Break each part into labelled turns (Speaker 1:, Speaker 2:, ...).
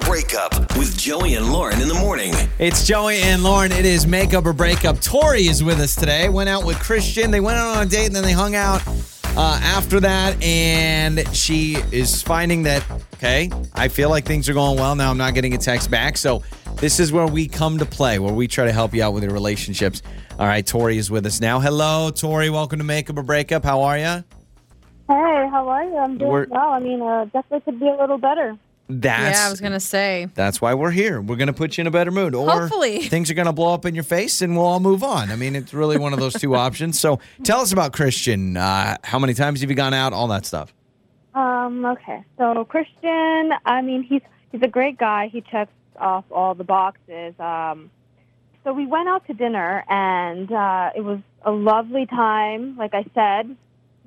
Speaker 1: Breakup with Joey and Lauren in the morning.
Speaker 2: It's Joey and Lauren. It is makeup or breakup. Tori is with us today. Went out with Christian. They went out on a date and then they hung out uh, after that. And she is finding that, okay, I feel like things are going well. Now I'm not getting a text back. So this is where we come to play, where we try to help you out with your relationships. All right, Tori is with us now. Hello, Tori. Welcome to Makeup or Breakup. How are you?
Speaker 3: Hey, how are you? I'm doing
Speaker 2: We're-
Speaker 3: well. I mean, uh, definitely could be a little better.
Speaker 2: That's
Speaker 4: yeah, I was gonna say.
Speaker 2: That's why we're here. We're going to put you in a better mood. Or
Speaker 4: Hopefully.
Speaker 2: things are going to blow up in your face and we'll all move on. I mean, it's really one of those two options. So tell us about Christian. Uh, how many times have you gone out? All that stuff.
Speaker 3: Um, okay. So Christian, I mean, he's he's a great guy. He checks off all the boxes. Um, so we went out to dinner, and uh, it was a lovely time. Like I said,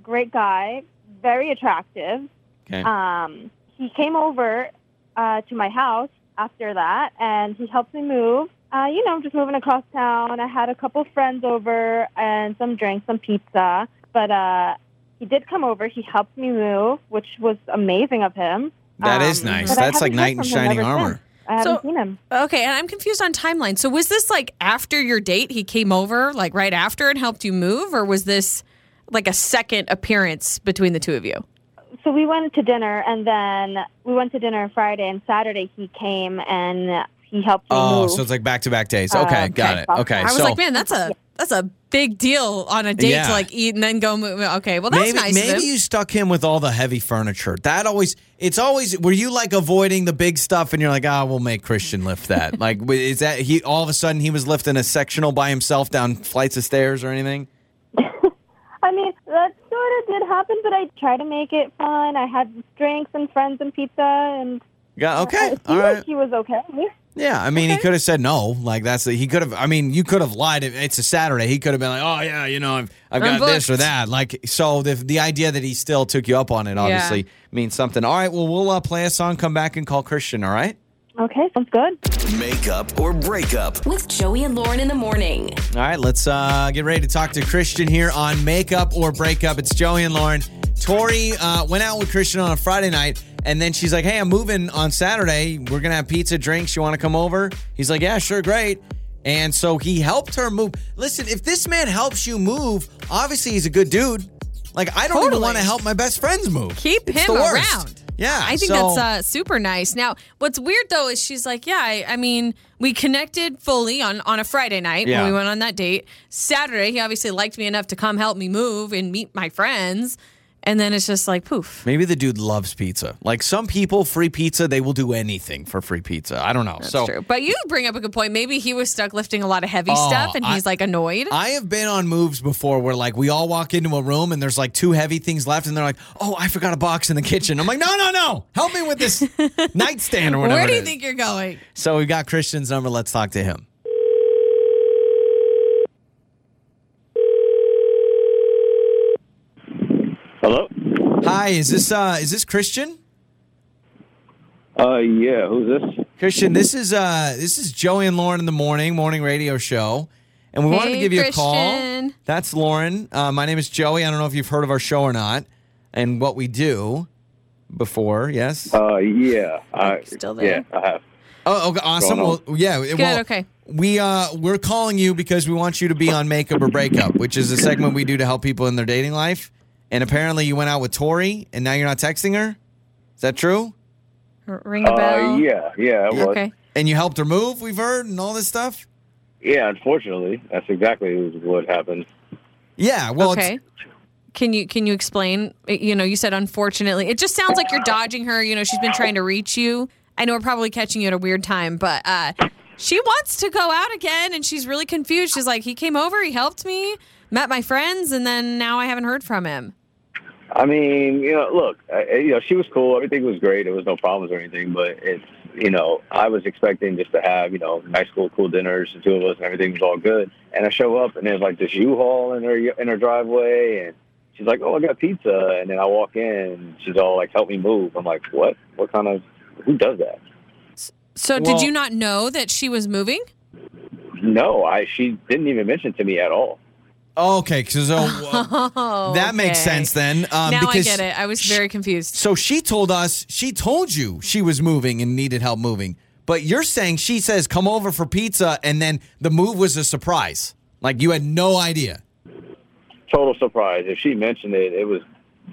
Speaker 3: great guy, very attractive.
Speaker 2: Okay.
Speaker 3: Um, he came over uh, to my house after that, and he helped me move. Uh, you know, just moving across town. I had a couple friends over and some drinks, some pizza. But uh, he did come over. He helped me move, which was amazing of him. Um,
Speaker 2: That is nice.
Speaker 3: but I
Speaker 2: That's like
Speaker 3: haven't heard
Speaker 2: knight in
Speaker 3: from him
Speaker 2: shining
Speaker 3: ever
Speaker 2: armor.
Speaker 3: since. I haven't
Speaker 4: So-
Speaker 3: seen him.
Speaker 4: Okay, and I'm confused on timeline. So was this like after your date? He came over like right after and helped you move, or was this like a second appearance between the two of you?
Speaker 3: so we went to dinner and then we went to dinner Friday and Saturday he came and he helped me
Speaker 2: Oh,
Speaker 3: move.
Speaker 2: so it's like back to back days.
Speaker 3: Uh,
Speaker 2: Okay, got
Speaker 3: okay.
Speaker 2: it. Okay,
Speaker 4: I was
Speaker 2: so
Speaker 4: like, man, that's a that's a big deal on a date
Speaker 2: Yeah.
Speaker 4: to like eat and then go move. Okay, well that's
Speaker 2: maybe
Speaker 4: nice. of
Speaker 2: maybe
Speaker 4: him.
Speaker 2: you stuck him with all the heavy furniture. That always it's always were you like avoiding the big stuff and you're like, ah, we'll make Christian lift that. like, w- is that he all of a sudden he was lifting a sectional by himself down flights of stairs or anything?
Speaker 3: I mean, that sort of did happen, but I tried to make it fun. I had drinks and friends and pizza and
Speaker 2: Yeah.
Speaker 3: uh, it
Speaker 2: Okay.
Speaker 3: seemed
Speaker 2: All
Speaker 3: like
Speaker 2: right.
Speaker 3: he was okay.
Speaker 2: Yeah, I mean, he could have said no. Like that's he could have. I mean, you could have lied. If It's a Saturday. He could have been like, "Oh yeah, you know, I've I've got
Speaker 4: I'm
Speaker 2: this or
Speaker 4: booked."
Speaker 2: that." Like so, the the idea that he still took you up on it obviously means something. All right, well, we'll uh, play a song, come back and call Christian. All right,
Speaker 3: Okay, sounds good.
Speaker 1: Makeup or breakup.
Speaker 5: with Joey and Lauren in the morning.
Speaker 2: all right. Let's uh, get ready to talk to Christian here on Makeup or Breakup. It's Joey and Lauren. Tori uh, went out with Christian on a Friday night, and then she's like, "Hey, I'm moving on Saturday. We're gonna have pizza, drinks. You want to come over?" He's like, "Yeah, sure, great." And so he helped her move. Listen, if this man helps you move, obviously he's a good dude. Like I don't even
Speaker 4: Totally.
Speaker 2: want to help my best friends move.
Speaker 4: Keep
Speaker 2: It's
Speaker 4: him
Speaker 2: the worst.
Speaker 4: around.
Speaker 2: Yeah,
Speaker 4: I think
Speaker 2: so-
Speaker 4: that's uh, super nice. Now, what's weird though is she's like, yeah, I, I mean, we connected fully on, on a Friday night
Speaker 2: Yeah.
Speaker 4: when we went on that date. Saturday, he obviously liked me enough to come help me move and meet my friends. And then it's just like, poof.
Speaker 2: Maybe the dude loves pizza. Like some people, free pizza, they will do anything for free pizza. I don't know. so
Speaker 4: That's true. But you bring up a good point. Maybe he was stuck lifting a lot of heavy
Speaker 2: Oh,
Speaker 4: stuff and
Speaker 2: I-
Speaker 4: he's like annoyed.
Speaker 2: I have been on moves before where like we all walk into a room and there's like two heavy things left and they're like, oh, I forgot a box in the kitchen. I'm like, no, no, no, help me with this nightstand or whatever.
Speaker 4: Where do
Speaker 2: it
Speaker 4: you
Speaker 2: is."
Speaker 4: think you're going?
Speaker 2: So we've got Christian's number. Let's talk to him.
Speaker 6: Hello.
Speaker 2: Hi, is this uh is this Christian?
Speaker 6: Uh, yeah. Who's this?
Speaker 2: Christian, this is uh this is Joey and Lauren in the morning morning radio show, and we wanted to
Speaker 4: Hey,
Speaker 2: give you a call.
Speaker 4: Christian.
Speaker 2: That's Lauren. Uh, my name is Joey. I don't know if you've heard of our show or not, and what we do before. Yes.
Speaker 6: Uh, yeah. I,
Speaker 4: Still there?
Speaker 6: Yeah, I have.
Speaker 2: oh, okay, awesome.
Speaker 6: going
Speaker 2: Well,
Speaker 6: on?
Speaker 2: yeah. Good.
Speaker 4: okay.
Speaker 2: We uh we're calling you because we want you to be on Makeup or Breakup, which is a segment we do to help people in their dating life. And apparently, you went out with Tori, and now you're not texting her. Is that true?
Speaker 4: R- Ring a
Speaker 6: Uh,
Speaker 4: bell?
Speaker 6: yeah, yeah. It was.
Speaker 4: Okay.
Speaker 2: And you helped her move. We've heard, and all this stuff.
Speaker 6: Yeah. Unfortunately, that's exactly what happened.
Speaker 2: Yeah. Well, it's,
Speaker 4: okay. Can you can you explain? Uh, You know, you said unfortunately. It just sounds like you're dodging her. You know, she's been trying to reach you. I know we're probably catching you at a weird time, but uh, she wants to go out again, and she's really confused. She's like, he came over, he helped me, met my friends, and then now I haven't heard from him.
Speaker 6: I mean, you know, look, I, I- you know, she was cool. Everything was great. There was no problems or anything. But it's, you know, I was expecting just to have, you know, nice, cool, cool dinners, the two of us, and everything was all good. And I show up, and there's like this U-Haul in her in her driveway, and she's like, "Oh, I got pizza." And then I walk in, and she's all like, "Help me move." I'm like, "What? What kind of? Who does that?"
Speaker 4: So
Speaker 2: Well-
Speaker 4: did you not know that she was moving?
Speaker 6: No, I she didn't even mention to me at all.
Speaker 2: Okay, so so, uh,
Speaker 4: Oh,
Speaker 2: that makes
Speaker 4: okay.
Speaker 2: sense then. Um,
Speaker 4: now I
Speaker 2: because
Speaker 4: get it. I was very confused.
Speaker 2: So she told us she told you she was moving and needed help moving, but you're saying she says come over for pizza, and then the move was a surprise. Like you had no idea.
Speaker 6: Total surprise. If she mentioned it, it was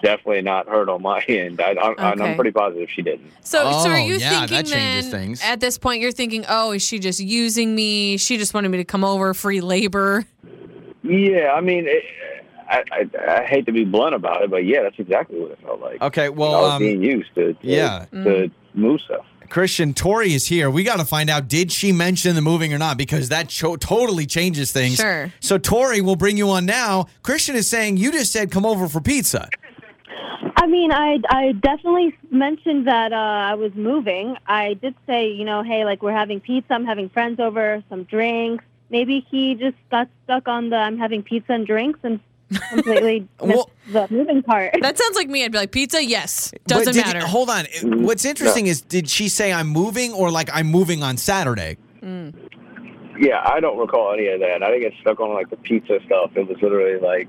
Speaker 6: definitely not heard on my end. I, I, and
Speaker 4: Okay.
Speaker 6: I'm pretty positive she didn't.
Speaker 4: So, so
Speaker 2: Oh,
Speaker 4: are you
Speaker 2: yeah, that
Speaker 4: thinking then
Speaker 2: changes things.
Speaker 4: at this point you're thinking, oh, is she just using me? She just wanted me to come over, free labor.
Speaker 6: Yeah, I mean, it, I, I, I hate to be blunt about it, but yeah, that's exactly what it felt like.
Speaker 2: Okay, well,
Speaker 6: I was
Speaker 2: um,
Speaker 6: being used to, to
Speaker 2: yeah.
Speaker 6: to move stuff.
Speaker 2: Christian Tori is here. We got to find out did she mention the moving or not because that cho- totally changes things.
Speaker 4: Sure.
Speaker 2: So Tori will bring you on now. Christian is saying you just said come over for pizza.
Speaker 3: I mean, I, I definitely mentioned that uh, I was moving. I did say, you know, hey, like we're having pizza, I'm having friends over, some drinks. Maybe he just got stuck on the I'm having pizza and drinks and completely
Speaker 2: Well-
Speaker 3: missed the moving part.
Speaker 4: That sounds like me. I'd be like, pizza, yes.
Speaker 2: But
Speaker 4: Doesn't
Speaker 2: did you-
Speaker 4: matter.
Speaker 2: hold on. What's interesting is did she say I'm moving or like I'm moving on Saturday?
Speaker 6: Yeah, I don't recall any of that. I didn't get stuck on like the pizza stuff. It was literally like,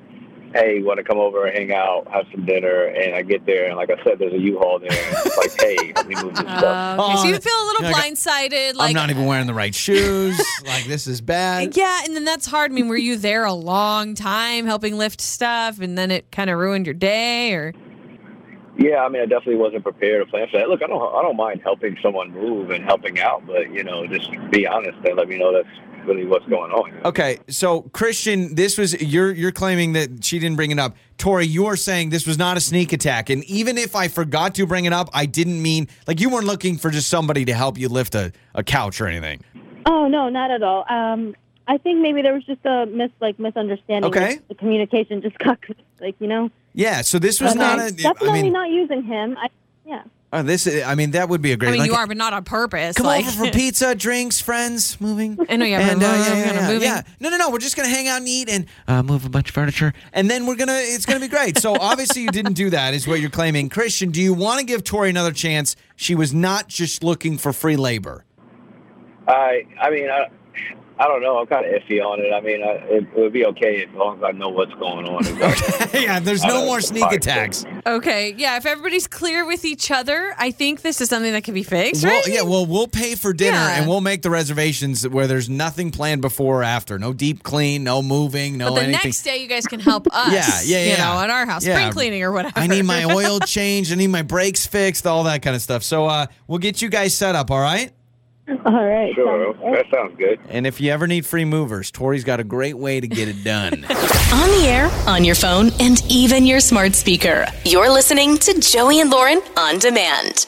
Speaker 6: hey, want to come over and hang out, have some dinner, and I get there and like I said, there's a U-Haul there. And it's like, hey, let me move this stuff.
Speaker 4: Okay, so
Speaker 2: Oh,
Speaker 4: you feel a little
Speaker 2: yeah, I got-
Speaker 4: blindsided,
Speaker 2: I'm
Speaker 4: like uh,
Speaker 2: not even wearing the right shoes. like this is bad.
Speaker 4: yeah, and then that's hard. I mean, were you there a long time helping lift stuff, and then it kind of ruined your day, or
Speaker 6: Yeah, I mean, I definitely wasn't prepared to plan for that. Look, I don't, I don't mind helping someone move and helping out, but you know, just be honest and let me know that's really what's going on.
Speaker 2: Okay, so Christian, this was you're you're claiming that she didn't bring it up. Tori, you're saying this was not a sneak attack, and even if I forgot to bring it up, I didn't mean like you weren't looking for just somebody to help you lift a, a couch or anything.
Speaker 3: Oh no, not at all. Um, I think maybe there was just a mis like misunderstanding.
Speaker 2: Okay.
Speaker 3: Like, the communication just got like you know.
Speaker 2: Yeah, so this was
Speaker 3: And
Speaker 2: not
Speaker 3: I'm
Speaker 2: a.
Speaker 3: definitely
Speaker 2: I mean,
Speaker 3: not using him. I, yeah.
Speaker 2: uh, this. I mean, that would be a great.
Speaker 4: I mean,
Speaker 2: like,
Speaker 4: you are, but not on purpose.
Speaker 2: Come
Speaker 4: like,
Speaker 2: over for pizza, drinks, friends, moving.
Speaker 4: I know, yeah,
Speaker 2: and,
Speaker 4: but
Speaker 2: uh,
Speaker 4: we're-
Speaker 2: yeah,
Speaker 4: we're gonna
Speaker 2: yeah,
Speaker 4: moving.
Speaker 2: yeah. No, no, no. We're just gonna hang out and eat and uh, move a bunch of furniture, and then we're gonna. It's gonna be great. So obviously, you didn't do that, is what you're claiming, Christian. Do you want to give Tori another chance? She was not just looking for free labor.
Speaker 6: I, I mean, I, I don't know. I'm kind of iffy on it. I mean, I, it, it would be okay as long as I know what's going on.
Speaker 2: yeah, there's no
Speaker 6: Uh,
Speaker 2: more sneak
Speaker 6: fine.
Speaker 2: attacks.
Speaker 4: okay, yeah, if everybody's clear with each other, I think this is something that can be fixed,
Speaker 2: Well,
Speaker 4: right?
Speaker 2: yeah, well, we'll pay for dinner
Speaker 4: Yeah.
Speaker 2: and we'll make the reservations where there's nothing planned before or after. No deep clean, no moving, no
Speaker 4: but the
Speaker 2: anything.
Speaker 4: next day, you guys can help us.
Speaker 2: Yeah, yeah,
Speaker 4: You
Speaker 2: yeah.
Speaker 4: know, at our house,
Speaker 2: Yeah.
Speaker 4: spring cleaning or whatever.
Speaker 2: I need my oil changed. I need my brakes fixed, all that kind of stuff. So uh, we'll get you guys set up, all right?
Speaker 3: All right.
Speaker 6: Sure,
Speaker 3: sounds good.
Speaker 6: that sounds good.
Speaker 2: And if you ever need free movers, Tori's got a great way to get it done.
Speaker 5: On the air, on your phone, and even your smart speaker. You're listening to Joey and Lauren on demand.